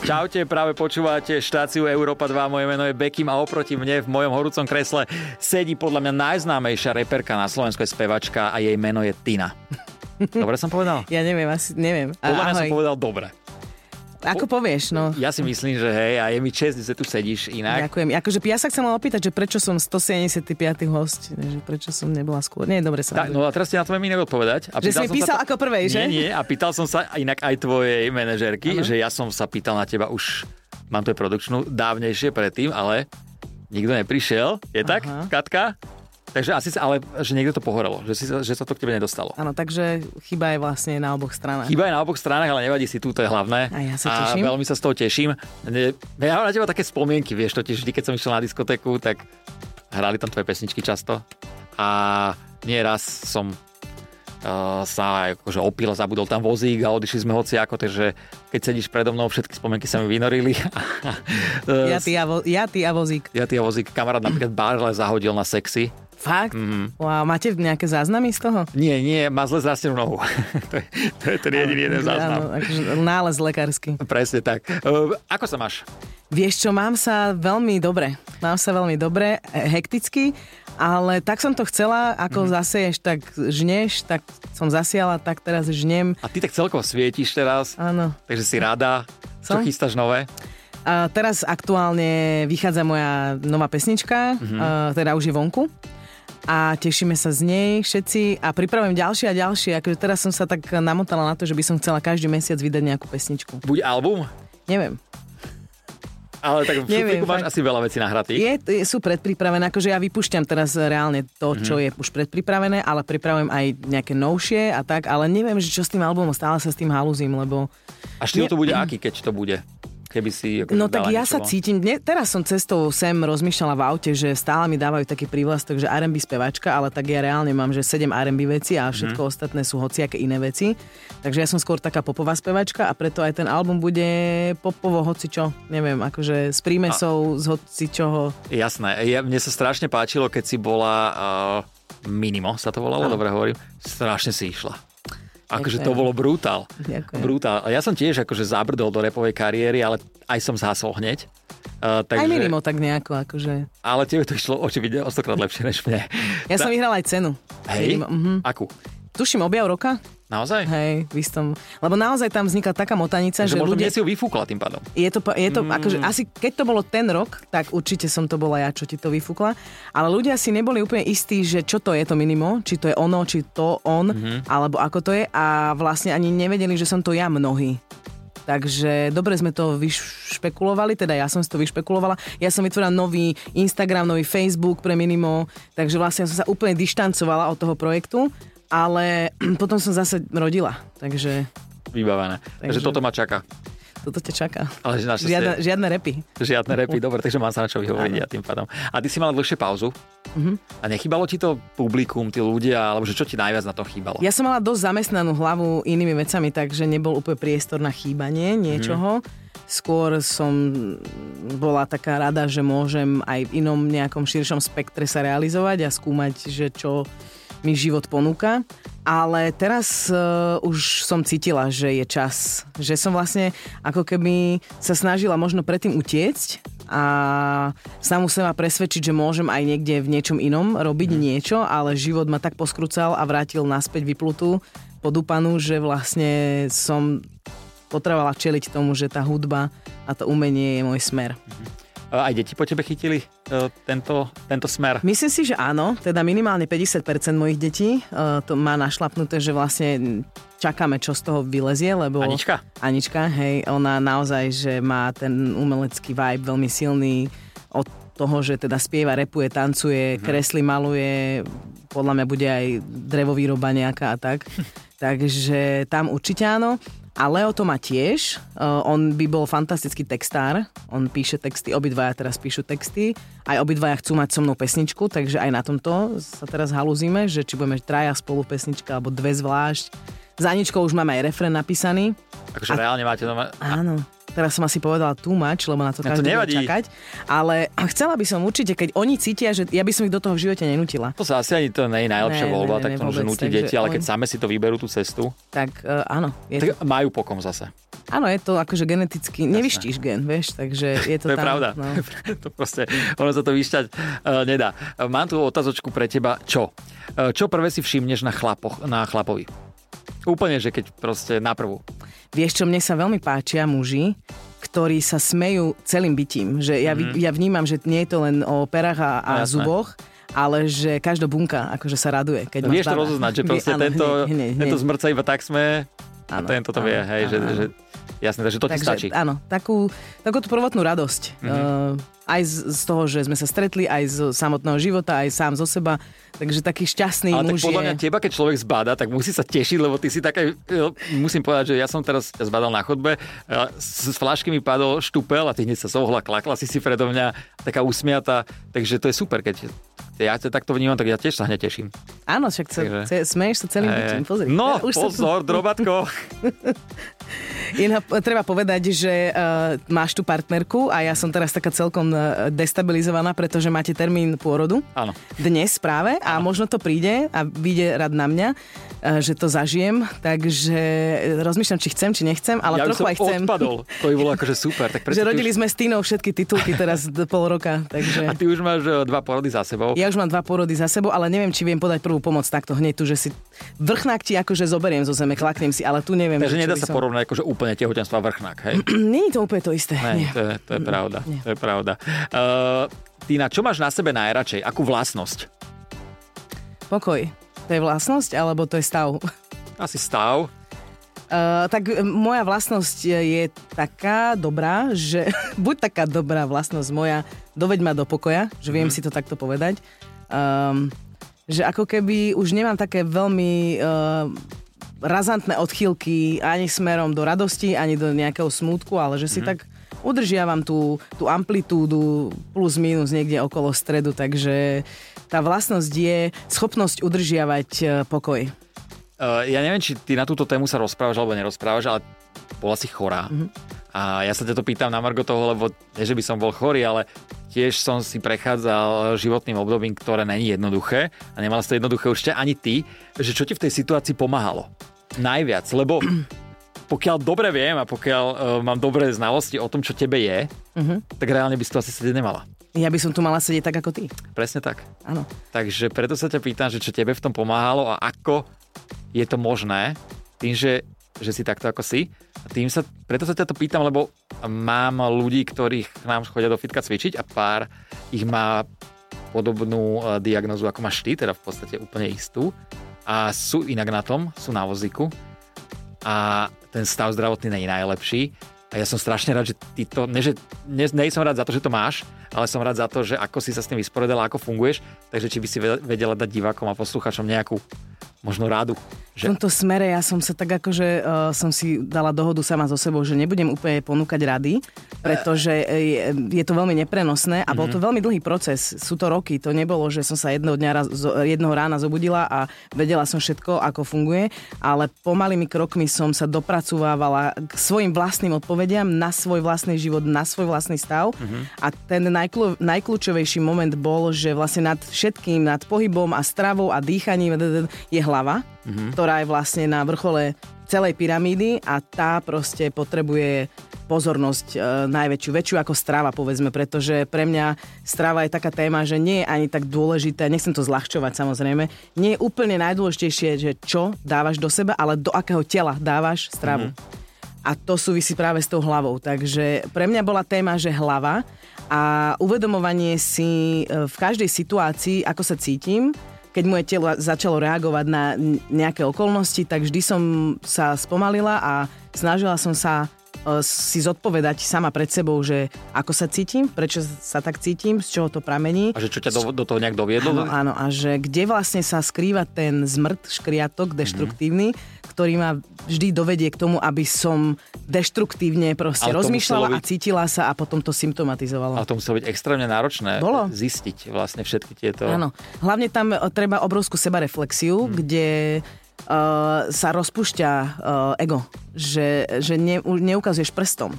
Čaute, práve počúvate štáciu Európa 2, moje meno je Bekim a oproti mne v mojom horúcom kresle sedí podľa mňa najznámejšia reperka na Slovensku, je spevačka a jej meno je Tina. Dobre som povedal? Ja neviem, asi neviem. A, Podľa mňa som ahoj. povedal dobre. Ako povieš, no. Ja si myslím, že hej, a je mi čest, že tu sedíš inak. Ďakujem. Akože ja sa chcem len opýtať, že prečo som 175. host, že prečo som nebola skôr. Nie, dobre sa. Tak, no a teraz si na to mi odpovedať. A Že si mi som sa písal to- ako prvej, že? Nie, nie, a pýtal som sa inak aj tvojej manažérky, že ja som sa pýtal na teba už, mám tu aj produkčnú, dávnejšie predtým, ale nikto neprišiel, je tak, Aha. Katka? Takže asi, sa- ale že niekde to pohorelo, že, si, sa- že sa to k tebe nedostalo. Áno, takže chyba je vlastne na oboch stranách. Chyba je na oboch stranách, ale nevadí si, tu to je hlavné. A ja sa a teším. veľmi sa z toho teším. Ne- Ja mám na teba také spomienky, vieš, totiž vždy, keď som išiel na diskotéku, tak hrali tam tvoje pesničky často. A nieraz som uh, sa aj akože opil, zabudol tam vozík a odišli sme hoci ako, takže keď sedíš predo mnou, všetky spomienky sa mi vynorili. Eh, Ja, ty a, vo, ja, ty a vozík. ja ty a vozík, kamarát napríklad Barle zahodil na sexy. Fakt? Mhm. Wow, máte nejaké záznamy z toho? Nie, nie, má zle zrastenú nohu. to, je, to je ten jediný jeden záznam. Áno, akože nález lekársky. Presne tak. Uh, ako sa máš? Vieš čo, mám sa veľmi dobre. Mám sa veľmi dobre, e, hekticky, ale tak som to chcela, Mhm. ako mm-hmm. zaseješ, tak žneš, tak som zasiala, tak teraz žnem. A ty tak celkovo svietiš teraz, Áno. takže si rada. Čo Som. chystáš nové? A teraz aktuálne vychádza moja nová pesnička, mm-hmm. a, teda už je vonku. A tešíme sa z nej všetci a pripravujem ďalšie a ďalšie. Akože teraz som sa tak namotala na to, že by som chcela každý mesiac vydať nejakú pesničku. Buď album, Neviem. ale tak v Neviem, šuplíku máš fakt. asi veľa vecí nahratých. Je, je, sú predpripravené, akože ja vypúšťam teraz reálne to, čo je už predpripravené, ale pripravujem aj nejaké novšie a tak, ale neviem, že čo s tým albumom, stále sa s tým halúzim, lebo... A štýl je- to bude aký, keď to bude? Keby si... akože No dala tak ja niečo sa von. cítim, ne, teraz som cestou sem rozmýšľala v aute, že stále mi dávajú taký prívlastok, že R&B spevačka, ale tak ja reálne mám, že 7 R&B veci Mhm. a všetko ostatné sú hociaké iné veci. Takže ja som skôr taká popová spevačka a preto aj ten album bude popovo hocičo, neviem, akože s prímesou, z hocičoho. Jasné. Ja, mne sa strašne páčilo, keď si bola... Uh, minimo sa to volalo, dobre hovorím. Strašne si išla. Akože to Ďakujem. bolo brutál. Ďakujem. Brutál. A Ja som tiež akože zabrdol do repovej kariéry, ale aj som zhasol hneď. Uh, Aj takže, minimo tak nejako, akože... Ale tebe to išlo očividne o stokrát lepšie než mne. Ja som vyhrala aj cenu. Hej? Minimo, mhm. Akú? Tuším objav roka, Naozaj? hej, v istom. Lebo naozaj tam vznikla taká motanica, Takže že možno mne ľudia... si ju vyfúkla tým pádom. Je to, pa- je to mm. akože, asi keď to bolo ten rok, tak určite som to bola ja, čo ti to vyfúkla. Ale ľudia si neboli úplne istí, že čo to je to minimo, či to je ono, či to on, mm-hmm. alebo ako to je. A vlastne ani nevedeli, že som to ja mnohý. Takže dobre sme to vyšpekulovali, teda ja som si to vyšpekulovala. Ja som vytvorila nový Instagram, nový Facebook pre Minimo, takže vlastne som sa úplne dištancovala od toho projektu, ale potom som zase rodila, takže Vybavené. Takže, Takže- toto ma čaká. toto ťa čaká. Ale že našťastie Žiadne, žiadne repy. žiadne repy, dobre, takže mám sa na čo vyhovoriť ja tým pádom. A ty si mala dlhšie pauzu. Mhm. A nechybalo ti to publikum, tí ľudia, alebo že čo ti najviac na to chýbalo? Ja som mala dosť zamestnanú hlavu inými vecami, takže nebol úplne priestor na chýbanie niečoho. Skôr som bola taká rada, že môžem aj v inom nejakom širšom spektre sa realizovať a skúmať, že čo mi život ponúka. Ale teraz uh, už som cítila, že je čas. Že som vlastne ako keby sa snažila možno predtým utiecť a samu seba presvedčiť, že môžem aj niekde v niečom inom robiť mm. niečo, ale život ma tak poskrucal a vrátil naspäť vyplutú, podúpanú, že vlastne som potrebovala čeliť tomu, že tá hudba a to umenie je môj smer. Aj deti po tebe chytili e, tento, tento smer. Myslím si, že áno, teda minimálne 50% mojich detí uh, to má našlapnuté, že vlastne čakáme, čo z toho vylezie, lebo... Anička? Anička, hej, ona naozaj, že má ten umelecký vibe veľmi silný od toho, že teda spieva, repuje, tancuje, mm-hmm. kreslí, maluje, podľa mňa bude aj drevovýroba nejaká a tak. Takže tam určite áno. A Leo to má tiež, Uh, on by bol fantastický textár, on píše texty, obidvaja teraz píšu texty, aj obidvaja chcú mať so mnou pesničku, takže aj na tomto sa teraz halúzime, že či budeme traja spolu pesnička alebo dve zvlášť. Za Aničkou už máme aj refren napísaný. Akože reálne máte doma... Áno. teraz som asi povedala too much, lebo na to Ja, to každý bude nevadí. čakať, ale chcela by som určite, keď oni cítia, že ja by som ich do toho v živote nenutila. To sa asi ani to nie je najlepšia Ne, voľba, ne, ne, tak ne, to môže vôbec, nutiť takže deti, ale on- keď same si to vyberú tú cestu, Tak e, áno, je to, tak majú pokom zase. áno, je to akože geneticky, nevyštíš gen, vieš, takže je to, To je tam, pravda. No. to proste, ono sa to vyšťať uh, nedá. Eh, Mám tu otázočku pre teba. Čo? Eh, čo prvé si všimneš na, chlapoch, na chlapovi? Úplne, že keď proste na prvú. Vieš čo, mne sa veľmi páčia muži, ktorí sa smejú celým bytím. Že ja, mm. ja vnímam, že nie je to len o perách No, a, a Mhm. jasné. zuboch, ale že každá bunka akože sa raduje. Keď Vieš má to rozoznať, že proste tento, tento zmrca iba tak sme a Áno, tento to vie, áno, hej, že, áno, že jasné, takže to ti stačí. Mhm. Áno, takú, takú tú prvotnú radosť. Mm-hmm. aj z, z toho, že sme sa stretli, aj z samotného života, aj sám zo seba. Takže taký šťastný Ale tak muž podľa je... mňa teba, keď človek zbáda, tak musí sa tešiť, lebo ty si také, musím povedať, že ja som teraz ťa zbadal na chodbe, e, s s flášky mi padol štupel a ty hneď sa zohla, klakla si si predo mňa, taká usmiatá, takže to je super, keď ja ťa takto vnímam, tak ja tiež sa hneď teším. Áno, však sa, Takže- ce, smeješ sa celým bytím, Hej. pozri. no, Ja už sa tu- pozor, drobatko. Iná, treba povedať, že uh, máš tú partnerku a ja som teraz taká celkom eh, destabilizovaná, pretože máte termín pôrodu Áno. dnes práve a možno to príde a vyjde rad na mňa, eh, že to zažijem, takže eh, rozmýšľam, či chcem, či nechcem, ale ja už trochu som aj chcem. odpadol, to by bolo akože super. Tak Že preto ty rodili už, sme s Tínou všetky titulky teraz do pol roka, A takže... ty už máš e, dva porody za sebou. Ja už mám dva pôrody za sebou, ale neviem, či viem podať prvú pomoc takto hneď tu, že si vrchnák ti akože zoberiem zo zeme, klaknem si, ale tu neviem. Takže že čo nedá by sa som- porovnať akože úplne tehotenstvo a vrchnák, hej? Není to úplne to isté. Ne, nie. to, je, to je pravda. nie. To je pravda. Uh, Týna, čo máš na sebe najradšej? Akú vlastnosť? Pokoj. To je vlastnosť, alebo to je stav? Asi stav. Uh, tak e, moja vlastnosť e, je taká dobrá, že buď taká dobrá vlastnosť moja, doveď ma do pokoja, že viem mm-hmm. si to takto povedať, um, že ako keby už nemám také veľmi uh, razantné odchýlky ani smerom do radosti, ani do nejakého smútku, ale že si mm-hmm. tak udržiavam tú, tú amplitúdu plus minus niekde okolo stredu, takže tá vlastnosť je schopnosť udržiavať e, pokoj. Uh, ja neviem, či ty na túto tému sa rozprávaš alebo nerozprávaš, ale bola si chorá. Mm-hmm. A ja sa ťa to pýtam na Margo toho, lebo nie, že by som bol chorý, ale tiež som si prechádzal životným obdobím, ktoré není jednoduché a nemala si to jednoduché určite ani ty, že čo ti v tej situácii pomáhalo? Najviac, lebo pokiaľ dobre viem a pokiaľ uh, mám dobré znalosti o tom, čo tebe je, mm-hmm. tak reálne by si to asi sedieť nemala. Ja by som tu mala sedieť tak ako ty. Presne tak. Áno. Takže preto sa ťa pýtam, že čo tebe v tom pomáhalo a ako je to možné, tým, že, že si takto ako si. A Tým sa, preto sa ťa to pýtam, lebo mám ľudí, ktorých k nám chodia do fitka cvičiť a pár ich má podobnú eh, diagnozu, ako máš ty, teda v podstate úplne istú. A sú inak na tom, sú na vozíku a ten stav zdravotný není najlepší. A ja som strašne rád, že ty to, ne, že, ne, ne som rád za to, že to máš, ale som rád za to, že ako si sa s tým vysporiadala, ako funguješ, takže či by si ve- vedela dať divákom a poslucháčom nejakú možno rádu. V Že, tomto smere ja som sa tak akože uh, som si dala dohodu sama so sebou, že nebudem úplne ponúkať rady, pretože eh, je, je to veľmi neprenosné a bol to veľmi dlhý proces. Sú to roky, to nebolo, že som sa jedného dňa raz, zo, jednoho rána zobudila a vedela som všetko, ako funguje, ale pomalými krokmi som sa dopracovávala k svojim vlastným odpovediam na svoj vlastný život, na svoj vlastný stav a ten najklu, najkľúčovejší moment bol, že vlastne nad všetkým, nad pohybom a stravou a dýchaním d- d- je hlava mm-hmm. ktorá je vlastne na vrchole celej pyramídy a tá proste potrebuje pozornosť e, najväčšiu, väčšiu ako strava povedzme, pretože pre mňa strava je taká téma, že nie je ani tak dôležité, nechcem to zľahčovať samozrejme, nie je úplne najdôležitejšie, že čo dávaš do seba, ale do akého tela dávaš stravu. Mm-hmm. A to súvisí práve s tou hlavou. Takže pre mňa bola téma, že hlava a uvedomovanie si e, v každej situácii, ako sa cítim, keď moje telo začalo reagovať na n- nejaké okolnosti, tak vždy som sa spomalila a snažila som sa e, si zodpovedať sama pred sebou, že ako sa cítim, prečo sa tak cítim, z čoho to pramení. a že čo ťa do, do toho nejak doviedlo? Áno, áno, a že kde vlastne sa skrýva ten zmrt, škriatok deštruktívny, mm-hmm. ktorý ma vždy dovedie k tomu, aby som deštruktívne proste Ale to muselo rozmýšľala a byť- cítila sa a potom to symptomatizovala. Ale to muselo byť extrémne náročné Bolo. zistiť vlastne všetky tieto... Áno, hlavne tam e, treba obrovskú sebareflexiu, hmm. kde uh, e, sa rozpúšťa uh, ego, že, že ne, u- neukazuješ prstom.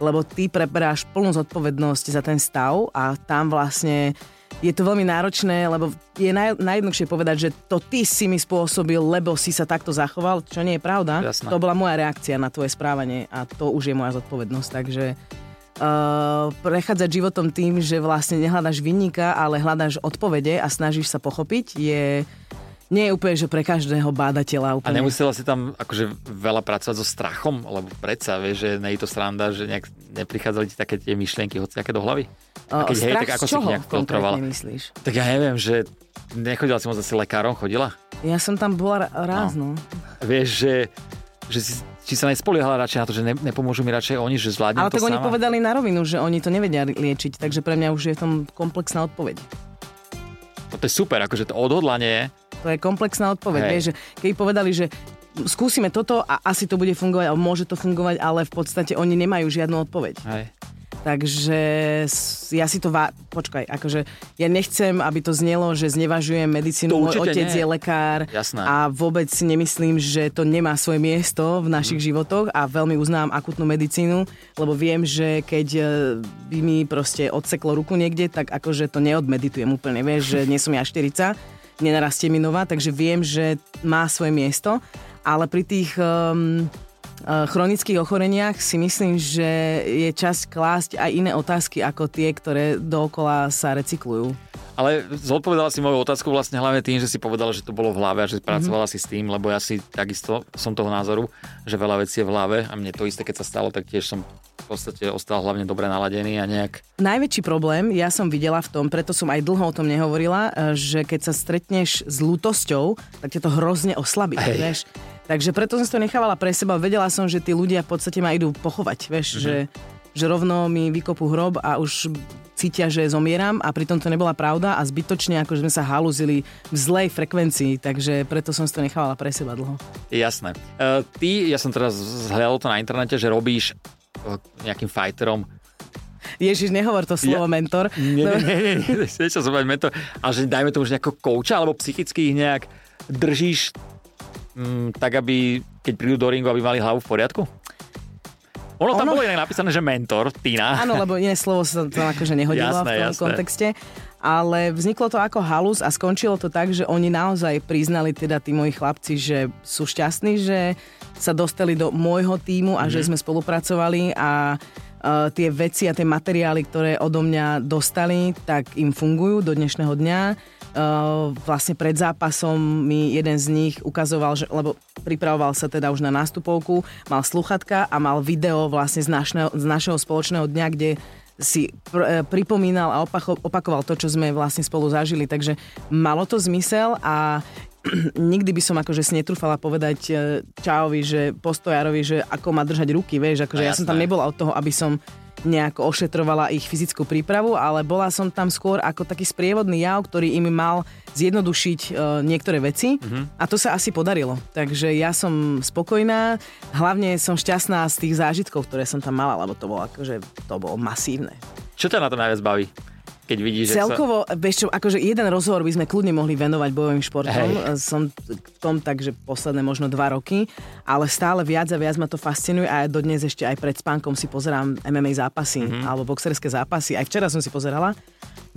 lebo ty preberáš plnú zodpovednosť za ten stav a tam vlastne je to veľmi náročné, lebo je naj, najjednoduchšie povedať, že to ty si mi spôsobil, lebo si sa takto zachoval, čo nie je pravda. Jasné. To bola moja reakcia na tvoje správanie a to už je moja zodpovednosť, takže uh, prechádzať životom tým, že vlastne nehľadaš vinníka, ale hľadaš odpovede a snažíš sa pochopiť, je nie je úplne, že pre každého A bádateľa úplne. nemusela si tam akože veľa pracovať so strachom, lebo predsa, vieš, že nie je to sranda, že nejak neprichádzali ti také tie myšlienky hociaké do hlavy. Uh, A keď hej, strach tak ako si z ich čoho nejak filtrovala? konkrétne myslíš? Tak ja neviem, že nechodila si moc asi lekárom, chodila? Ja som tam bola ra- raz, no. Vieš, že, že si, či sa nespoliehala radšej na to, že ne, nepomôžu mi radšej oni, že zvládnem Ale to tak oni sama. povedali na rovinu, že oni to nevedia liečiť, takže pre mňa už je v tom komplexná odpoveď. To je super, akože to odhodlanie, To je komplexná odpoveď. Hej. Vieš, že keď povedali, že skúsime toto a asi to bude fungovať, alebo môže to fungovať, ale v podstate oni nemajú žiadnu odpoveď. hej, Takže s- ja si to... Vá... Počkaj, akože ja nechcem, aby to znelo, že znevažujem medicínu. To Môj určite otec nie. je lekár Jasné. a vôbec si nemyslím, že to nemá svoje miesto v našich životoch a veľmi uznám akutnú medicínu, lebo viem, že keď e, by mi proste odseklo ruku niekde, tak akože to neodmeditujem úplne. Vieš, že nie som ja 40, nenarastie mi nová, takže viem, že má svoje miesto, ale pri tých... Um, e, chronických ochoreniach si myslím, že je čas klásť aj iné otázky ako tie, ktoré dookola sa recyklujú. Ale zodpovedala si moju otázku vlastne hlavne tým, že si povedala, že to bolo v hlave a že pracovala si s tým, lebo ja si takisto som toho názoru, že veľa vecí je v hlave a mne to isté, keď sa stalo, tak tiež som v podstate ostal hlavne dobre naladený a nejak... Najväčší problém ja som videla v tom, preto som aj dlho o tom nehovorila, e, že keď sa stretneš s lútosťou, tak ťa to hrozne oslabí. Hej. Vieš? Takže preto som si to nechávala pre seba. Vedela som, že tí ľudia v podstate ma idú pochovať. Vieš, Mhm. že, že rovno mi vykopú hrob a už cítia, že zomieram a pritom to nebola pravda a zbytočne akože sme sa halúzili v zlej frekvencii, takže preto som si to nechávala pre seba dlho. Jasné. E, ty, ja som teraz zhľadal to na internete, že robíš e, nejakým fighterom. Ježiš, nehovor to slovo Ja- mentor. Nie, No, nie, nie, nie, nie, nechcel som povedať mentor, ale že dajme tomu, že nejako kouča alebo psychicky ich nejak držíš mm, tak, aby keď prídu do ringu, aby mali hlavu v poriadku? Ono tam Ono- bolo inak napísané, že mentor, Tina. Áno, lebo iné slovo sa tam akože nehodilo Jasné, v tom jasné. kontexte. Ale vzniklo to ako halus a skončilo to tak, že oni naozaj priznali, teda tí moji chlapci, že sú šťastní, že sa dostali do môjho týmu a Mhm. že sme spolupracovali a uh, tie veci a tie materiály, ktoré odo mňa dostali, tak im fungujú do dnešného dňa. Uh, vlastne pred zápasom mi jeden z nich ukazoval, že, lebo pripravoval sa teda už na nástupovku, mal sluchatka a mal video vlastne z, našneho, z našeho spoločného dňa, kde si pr- e, pripomínal a opacho- opakoval to, čo sme vlastne spolu zažili. Takže malo to zmysel a nikdy by som akože si netrúfala povedať e, Čáovi, že postojarovi, že ako má držať ruky, vieš, akože No ja som tam jasné. nebola od toho, aby som nejako ošetrovala ich fyzickú prípravu, ale bola som tam skôr ako taký sprievodný jav, ktorý im mal zjednodušiť e, niektoré veci a to sa asi podarilo. Takže ja som spokojná, hlavne som šťastná z tých zážitkov, ktoré som tam mala, lebo to bolo akože, to bolo masívne. Čo ťa na tom najviac baví? Keď vidíš, že sa... Celkovo, vieš čo, akože jeden rozhovor by sme kľudne mohli venovať bojovým športom. Hej. Som t- v tom takže posledné možno dva roky, ale stále viac a viac ma to fascinuje a ja dodnes ešte aj pred spánkom si pozerám MMA zápasy Mhm. mm-hmm. alebo boxerské zápasy. Aj včera som si pozerala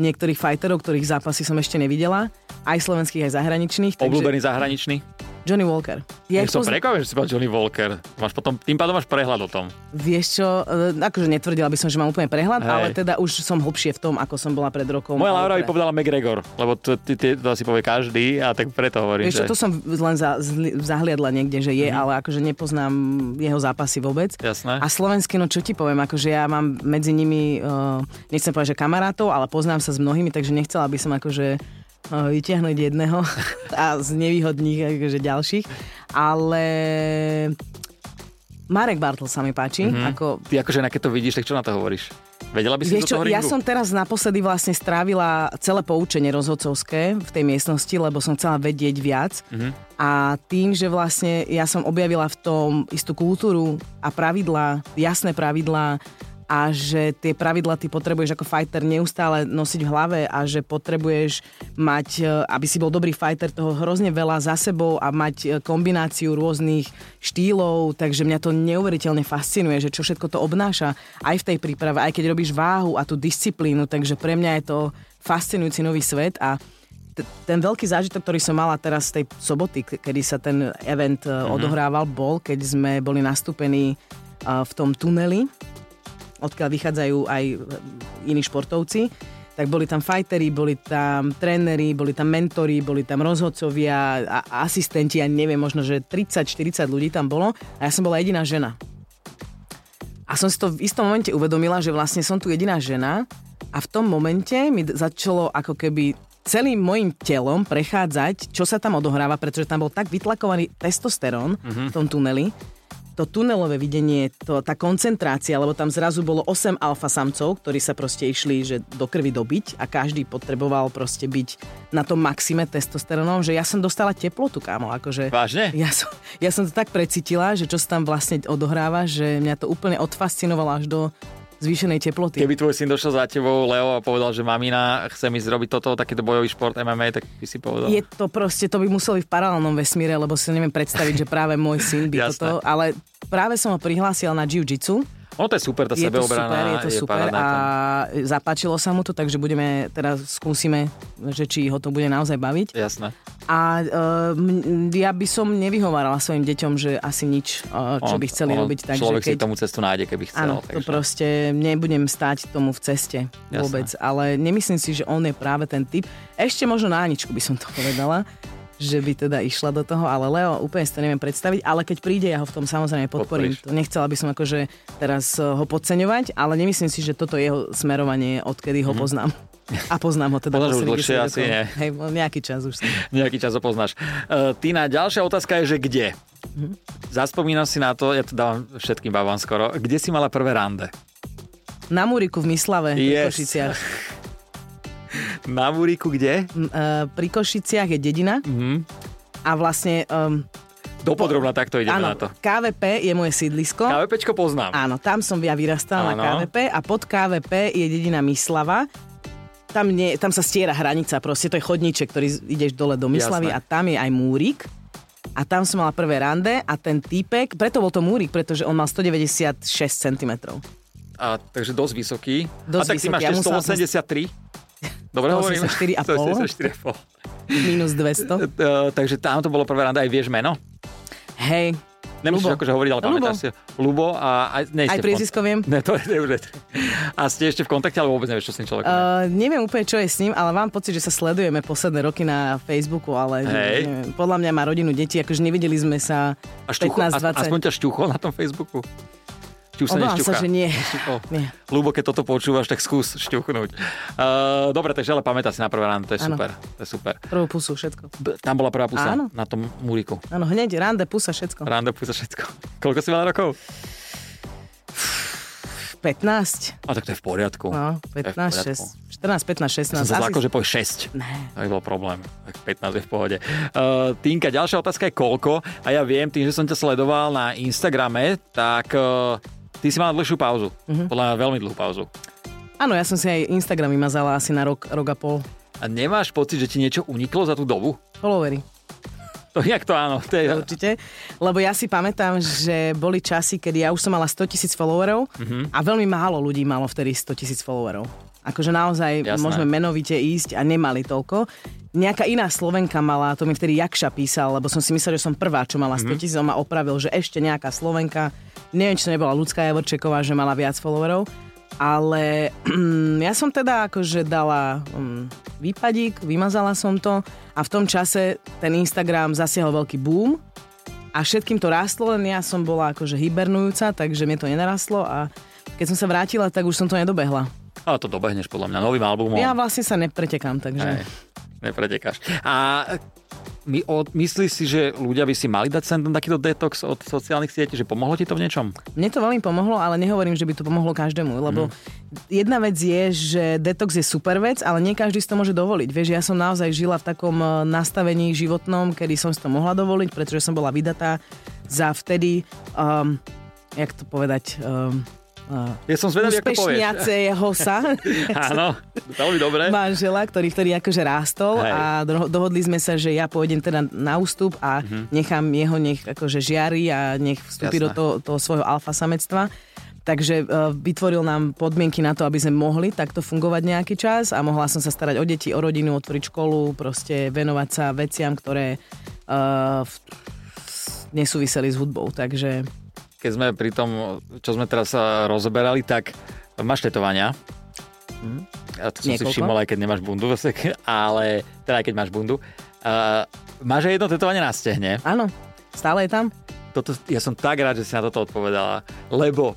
niektorých fighterov, ktorých zápasy som ešte nevidela, aj slovenských, aj zahraničných. Takže Obľúbený zahraničný? Johnny Walker. Ja Ja ich som pozn- prekvapený, že si povedal Johnny Walker. Máš potom, tým pádom máš prehľad o tom. Vieš čo, e, akože netvrdila by som, že mám úplne prehľad, Hej. ale teda už som hlbšie v tom, ako som bola pred rokom. Moja Laura by Alebo- povedala McGregor, lebo to, ty, ty, to asi povie každý a tak preto hovorím, Vieš čo, že... to som len za, zli- zahliadla niekde, že je, ale akože nepoznám jeho zápasy vôbec. Jasné. A slovenský, no čo ti poviem, akože ja mám medzi nimi, uh, nechcem povedať, že kamarátov, ale poznám sa s mnohými, takže nechcela by som akože uh, vyťahnuť jedného a z nevýhodných akože ďalších. Ale Marek Bartl sa mi páči, mm-hmm. ako Ty akože na keď to vidíš, tak čo na to hovoríš? Vedela by si Vieš do čo, toho ja ringu? som teraz naposledy vlastne strávila celé poučenie rozhodcovské v tej miestnosti, lebo som chcela vedieť viac. Mhm. A tým, že vlastne ja som objavila v tom istú kultúru a pravidlá, jasné pravidlá a a že tie pravidla ty potrebuješ ako fighter neustále nosiť v hlave a že potrebuješ mať, e, aby si bol dobrý fighter, toho hrozne veľa za sebou a mať e, kombináciu rôznych štýlov, takže mňa to neuveriteľne fascinuje, že čo všetko to obnáša aj v tej príprave, aj keď robíš váhu a tú disciplínu, takže pre mňa je to fascinujúci nový svet a t- ten veľký zážitok, ktorý som mala teraz z tej soboty, k- kedy sa ten event eh, odohrával, bol, keď sme boli nastúpení eh, v tom tuneli, odkiaľ vychádzajú aj eh, iní športovci, tak boli tam fajteri, boli tam tréneri, boli tam mentori, boli tam rozhodcovia, a- asistenti, ja neviem, možno, že 30-40 ľudí tam bolo a ja som bola jediná žena. A som si to v istom momente uvedomila, že vlastne som tu jediná žena a v tom momente mi d- začalo ako keby celým mojim telom prechádzať, čo sa tam odohráva, pretože tam bol tak vytlakovaný testosterón mm-hmm. v tom tuneli, to tunelové videnie, to, tá koncentrácia, lebo tam zrazu bolo 8 alfa samcov, ktorí sa proste išli že do krvi dobiť a každý potreboval proste byť na tom maxime testosterónom, že ja som dostala teplotu, kámo. Akože, Vážne? ja som, ja som to tak precítila, že čo sa tam vlastne odohráva, že mňa to úplne odfascinovalo až do zvýšenej teploty. Keby tvoj syn došiel za tebou, Leo, a povedal, že mamina, chce mi zrobiť toto, takýto bojový šport MMA, tak by si povedal. Je to proste, to by muselo byť v paralelnom vesmíre, lebo si neviem predstaviť, že práve môj syn by Jasné. toto, ale práve som ho prihlásil na jiu-jitsu. Ono "No, to je super, tá Je to sebeobrana. super, je to super parádna a tam. zapáčilo sa mu to, takže budeme, teraz skúsime, že či ho to bude naozaj baviť. Jasné. A uh, ja by som nevyhovárala svojim deťom, že asi nič, uh, čo On- by chceli on- robiť. Takže človek keď... si tomu cestu nájde, keby chcel. Áno, to takže. proste nebudem stáť tomu v ceste Jasné. vôbec, ale nemyslím si, že on je práve ten typ. Ešte možno na Aničku by som to povedala, že by teda išla do toho, ale Leo úplne si to neviem predstaviť, ale keď príde, ja ho v tom samozrejme podporím. Podporíš. To nechcela by som akože teraz eh, ho podceňovať, ale nemyslím si, že toto je jeho smerovanie, odkedy ho poznám. A poznám ho teda Mhm. Poznáš ho už posledných dlhšie 10 asi, rokov. nie? Hej, bol nejaký čas už som. Nejaký čas opoznáš. Uh, Tina, ďalšia otázka je, že kde? Mhm. Zaspomínam si na to, ja to dávam všetkým babám skoro. Kde si mala prvé rande? Na Múriku v Mislave, Yes. v Košiciach. Na Múriku kde? M, eh, Pri Košiciach je dedina Mhm. a vlastne... Um, Dopodrobne takto ideme na Áno, to. KVP je moje sídlisko. KVPčko poznám. Áno, tam som ja Áno. vyrastala na KVP a pod KVP je dedina Mislava. Tam, nie, tam sa stiera hranica, proste to je chodníček, ktorý z- ideš dole do Myslavy Jasné. a tam je aj múrik. A tam som mala prvé rande a ten týpek, preto bol to múrik, pretože on mal 196 cm. A, takže dosť vysoký. Dosť a tak ty vysoký, máš ja tiež musela som- 183? Dobre hovorím? 184,5. 184,5. Minus 200. Uh, takže tam to bolo prvé rande, aj vieš meno? Hej, Nemusíš Lubo. No, akože hovoriť, ale Lubo. pamätáš si. Lubo a aj, nie aj ste v priezisko viem. Ne, to je nebude. A ste ešte v kontakte, alebo vôbec nevieš, čo s tým človekom je? Uh, neviem úplne, čo je s ním, ale mám pocit, že sa sledujeme posledné roky na Facebooku, ale Hej. neviem, podľa mňa má rodinu detí, akože nevideli sme sa A šťucho, 15-20. aspoň ťa šťuchol na tom Facebooku? Či už sa Obávam nešťuchá? sa, že nie. Šťuchol. Nie. Lubo, keď toto počúvaš, tak skús šťuchnúť. Uh, dobre, takže ale pamätá si na prvé ráno, to je Áno. super. To je super. Prvú pusu, všetko. B- Tam bola prvá pusa Áno. na tom múriku. Áno, hneď, rande, pusa, všetko. Rande, pusa, všetko. Koľko si mala rokov? 15, A tak to je v poriadku. no, To je Eh, v 15, poriadku. 6, 14, 15, Som 16. sa asi- zlákol, že povie 6. Ne. To by bol problém. Tak 15 je v pohode. Uh, Tinka, ďalšia otázka je koľko. A ja viem, tým, že som ťa sledoval na Instagrame, tak uh, ty si mal dlhšiu pauzu. Mhm. Uh-huh. Podľa mňa veľmi dlhú pauzu. Áno, ja som si aj Instagram vymazala asi na rok, rok a pol. A nemáš pocit, že ti niečo uniklo za tú dobu? Followery. To nejak to áno. To je, Určite, lebo ja si pamätám, že boli časy, kedy ja už som mala 100 tisíc followerov Mhm. mm-hmm. a veľmi málo ľudí malo vtedy 100 tisíc followerov. Akože naozaj Jasné. Jasné. môžeme menovite ísť a nemali toľko. Nejaká iná Slovenka mala, to mi vtedy Jakša písal, lebo som si myslel, že som prvá, čo mala 100 tisíc, on ma opravil, že ešte nejaká Slovenka, neviem, či to nebola Ľudská Javorčeková, že mala viac followerov, ale ja som teda akože dala um, výpadík, vymazala som to a v tom čase ten Instagram zasiahol veľký boom, a všetkým to rástlo, len ja som bola akože hibernujúca, takže mne to nenarastlo a keď som sa vrátila, tak už som to nedobehla. ale to dobehneš podľa mňa novým albumom. Ja vlastne sa nepretekám, No. Hej, takže... nepretekáš. A my od, myslíš si, že ľudia by si mali dať sem ten takýto detox od sociálnych sietí, že pomohlo ti to v niečom? Mne to veľmi pomohlo, ale nehovorím, že by to pomohlo každému, lebo Mhm. jedna vec je, že detox je super vec, ale nie každý si to môže dovoliť. Vieš, ja som naozaj žila v takom eh, nastavení životnom, kedy som si to mohla dovoliť, pretože som bola vydatá za vtedy, um, jak to ehm, povedať, um, uh, Ja som zvedavý, ako povieš. úspešniaceho sa Áno, veľmi dobre. manžela, ktorý vtedy akože rástol Hej. a do- dohodli sme sa, že ja pôjdem teda na ústup a nechám jeho nech akože žiari a nech vstúpi Mhm. Jasné. do toho, toho svojho alfa samectva. Takže e, vytvoril nám podmienky na to, aby sme mohli takto fungovať nejaký čas a mohla som sa starať o deti, o rodinu, otvoriť školu, proste venovať sa veciam, ktoré e, v, nesúviseli s hudbou. Takže Keď sme pri tom, čo sme teraz eh, rozoberali, tak máš tetovania. A to som si Niekoľko. všimol, aj keď nemáš bundu, vlastne, ale teda aj keď máš bundu. Uh, máš aj jedno tetovanie na stehne. áno, stále je tam. toto, ja som tak rád, že si na toto odpovedala, lebo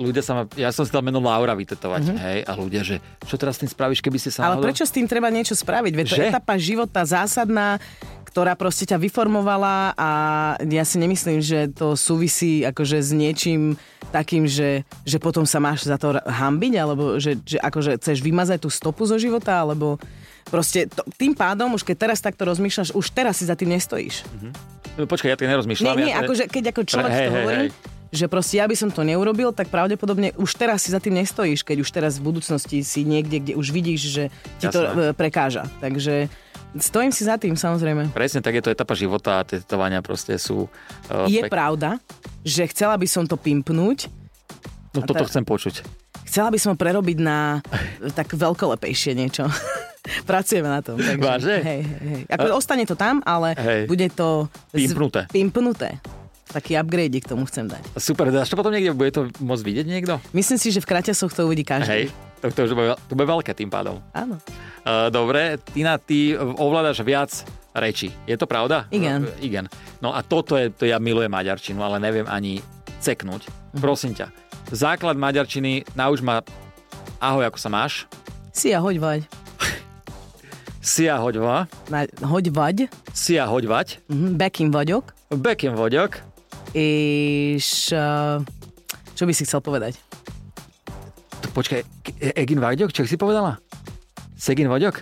ľudia sa ma, ja som si dal meno Laura vytetovať, mm-hmm. hej, a ľudia, že čo teraz s tým spravíš, keby si sa Mhm. Ale náhodou- prečo s tým treba niečo spraviť? Veď to Že? je etapa života zásadná, ktorá proste ťa vyformovala a ja si nemyslím, že to súvisí akože s niečím takým, že, že potom sa máš za to ra- hambiť, alebo že, že akože chceš vymazať tú stopu zo života, alebo proste to, tým pádom, už keď teraz takto rozmýšľaš, už teraz si za tým nestojíš. No, Počkaj, ja tak nerozmýšľam. Nie, nie, ja, teda- akože keď ako človek Hej, to hej, hovorí, hej. že proste ja by som to neurobil, tak pravdepodobne už teraz si za tým nestojíš, keď už teraz v budúcnosti si niekde, kde už vidíš, že ti to Jasné. e, prekáža. Takže stojím si za tým, samozrejme. Presne tak je to etapa života a tie tetovania proste sú... Uh, Je pravda, že chcela by som to pimpnúť, no toto tá- chcem počuť. chcela by som ho prerobiť na e, tak veľkolepejšie niečo. Pracujeme na tom. Takže, Vážne? Hej, hej, hej. Ako, ostane to tam, ale Hej. bude to z- Pimpnuté. pimpnuté. Taký upgrade k tomu chcem dať. Super, dáš to potom niekde, bude to môcť vidieť niekto? Myslím si, že v kraťasoch to uvidí každý. Hej, to, to už bude, to bude veľké tým pádom. Áno. Uh, dobre, Tina, ty ovládaš viac reči. Je to pravda? Igen. Uh, igen. No a toto je, to ja milujem maďarčinu, ale neviem ani ceknúť. Mhm. Prosím ťa, základ maďarčiny, nauč ma ahoj, ako sa máš. Si a hoď vaď. Sia hoďva, Na, hoď vaď. sia hoďvať, Mhm, Bekim vagyok. bekem voďok, És... eh, Čo by si chcel povedať? to počkaj, k- e- egin vaďok, čo si povedala? Segin voďok?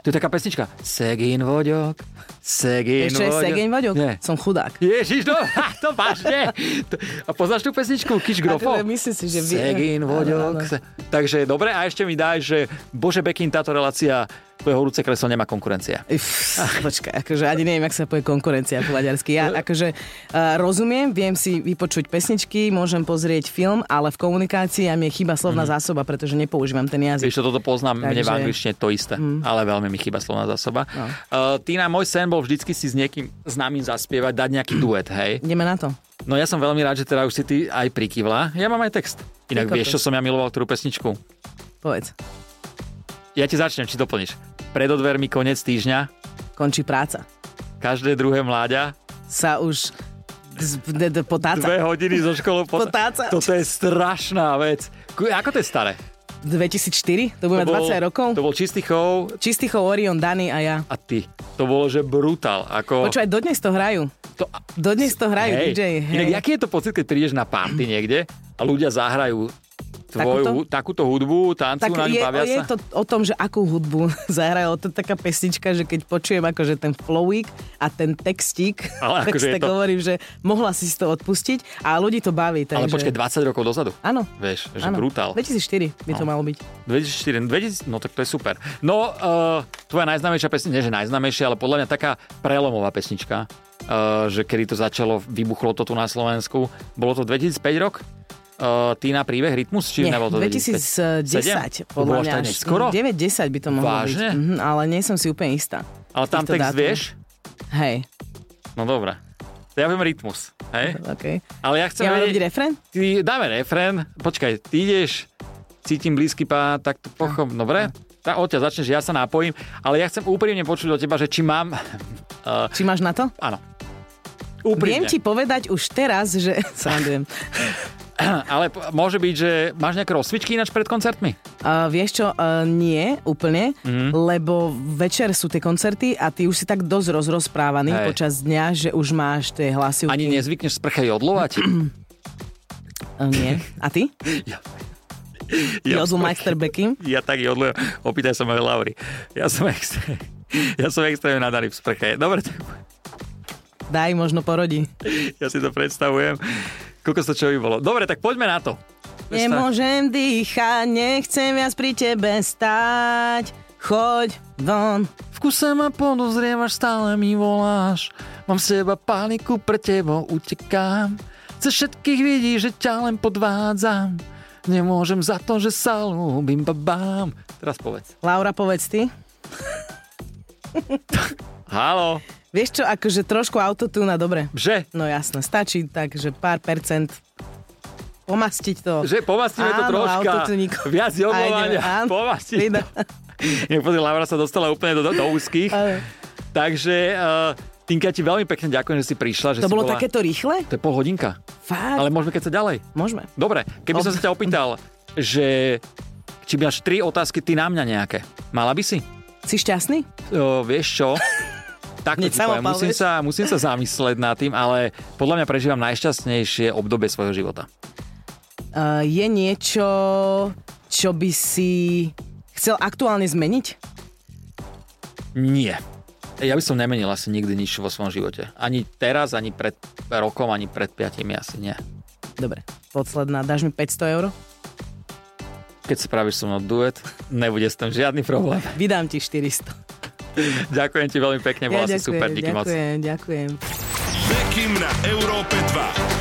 E, To je taká pesnička. Segin voďok, segin Ešte aj voďok. segeň vagyok? Nie. Som chudák. Ježiš, no, ha, to vážne. To- A poznáš tú pesničku Kiš Grofo? A teda myslím si, že viem. Segin, Áno, voďok. áno. se- Takže dobre, a ešte mi daj, že Bože Bekin, táto relácia tvoje horúce kreslo nemá konkurencia. Uf, počkaj, akože ani neviem, ak sa povie konkurencia po maďarsky. Ja akože uh, rozumiem, viem si vypočuť pesničky, môžem pozrieť film, ale v komunikácii ja mi je chyba slovná Mhm. zásoba, pretože nepoužívam ten jazyk. Vieš, čo toto poznám, mne v Takže- Mm. angličtine to isté, ale veľmi mi chýba slovná zásoba. No. No. Uh, Týna, môj sen bol vždycky si s niekým známym zaspievať, dať nejaký duet, hej. Ideme na to. No ja som veľmi rád, že teda už si ty aj prikývla. Ja mám aj text. Inak Ty vieš, čo kokos. som ja miloval, ktorú pesničku? Povedz. Ja ti začnem, či doplníš. Pred odvermi koniec týždňa, Končí práca. každé druhé mláďa, Sa už z- d- d- potáca. Dve hodiny zo školou pot... Potácať. Toto je strašná vec. Ku- Ako to je staré? 2004? To bude mať 20 rokov? To bol čistý chov Čistý chov Orion, Dany a ja. a ty. To bolo, že brutál. Ako... Počúvaj, dodnes to hrajú. to... Dodnes to hrajú Hej. DJ. Hej. Inak, aký je to pocit, keď prídeš na party niekde a ľudia zahrajú tvoju, takúto, hudbu, tancujú tak na ňu, je, bavia je sa? to o tom, že akú hudbu zahrajú. To je taká pesnička, že keď počujem akože ten flowík a ten textík, Ale tak akože si je tak to- hovorím, že mohla si si to odpustiť a ľudí to baví. Takže... Ale počkaj, 20 rokov dozadu. Áno. Vieš, že áno. brutál. 2004 by to No. malo byť. 2004, 2000, no tak to je super. No, uh, tvoja najznámejšia pesnička, nie že najznámejšia, ale podľa mňa taká prelomová pesnička, uh, že kedy to začalo, vybuchlo to tu na Slovensku. Bolo to 2005 rok? Uh, Týna príbeh, rytmus? Či Nie, nebol to 2010 2007? To podľa bolo až mňa. tak až neskoro? 9-10 by to mohlo Vážne? byť. Mhm, ale nie som si úplne istá. Ale tam eh, týchto text dátum. vieš? Hej, No dobre. Ja viem rytmus, hej? OK. Ale ja chcem Ja mám robiť vedieť, refren? ty, dáme refren, počkaj, ty ideš, cítim blízky pá, tak to pochom, dobre? Tak od ťa začneš, ja sa napojím, ale ja chcem úprimne počuť od teba, že či mám... Uh, Či máš na to? áno. Úprimne. Viem ti povedať už teraz, že... Srandujem. Ale p- môže byť, že máš nejaké rozcvičky ináč pred koncertmi? Uh, vieš čo, uh, nie úplne, Mhm. mm. lebo večer sú tie koncerty a ty už si tak dosť rozrozprávaný Hej. počas dňa, že už máš tie hlasivky. Ani nezvykneš sprchej odlovať? Uh, nie. A ty? Ja- Jozu Meister Beckim? Ja tak jodlujem. Opýtaj sa mojej Laury. Ja som extrém. Ja som extrémne nadaný v sprche. Dobre, tak Daj, možno porodí. ja si to predstavujem. Koľko to čo by bolo. Dobre, tak poďme na to. Nemôžem dýchať, nechcem viac pri tebe stať. Choď von. V kuse ma podozrievaš, stále mi voláš. Mám z teba paniku, pre tebo utekám. Cez všetkých vidí, že ťa len podvádzam. Nemôžem za to, že sa ľúbim, babám. Teraz povedz. Laura, povedz ty. Halo, Vieš čo, akože trošku autotúna, dobre. že? No jasné, stačí tak, že pár percent pomastiť to. Že pomastíme to Áno, troška. autotuníko. Viac joglovania. A ideme, áno. Pomastíme to. Nie, pozri, Laura sa dostala úplne do, do úzkých. Ale- Takže, uh, Tinka, ti veľmi pekne ďakujem, že si prišla. Že si To bolo bola... takéto rýchle? To je pol hodinka. Fakt? Ale môžeme keď sa ďalej. Môžeme. Dobre, keby som sa ťa opýtal, že či máš tri otázky ty na mňa nejaké. Mala by si? Si šťastný? O, vieš čo? Tak Hneď samopal, musím vieš? sa, musím sa zamyslieť nad tým, ale podľa mňa prežívam najšťastnejšie obdobie svojho života. Uh, je niečo, čo by si chcel aktuálne zmeniť? Nie. Ja by som nemenil asi nikdy nič vo svojom živote. Ani teraz, ani pred rokom, ani pred piatimi asi nie. Dobre, posledná, dáš mi 500 eur? Keď spravíš so mnou duet, nebude s tým žiadny problém. Vydám ti 400. Ďakujem ti veľmi pekne, bola si super, díky moc. ďakujem, ďakujem. Bekim na Európe 2.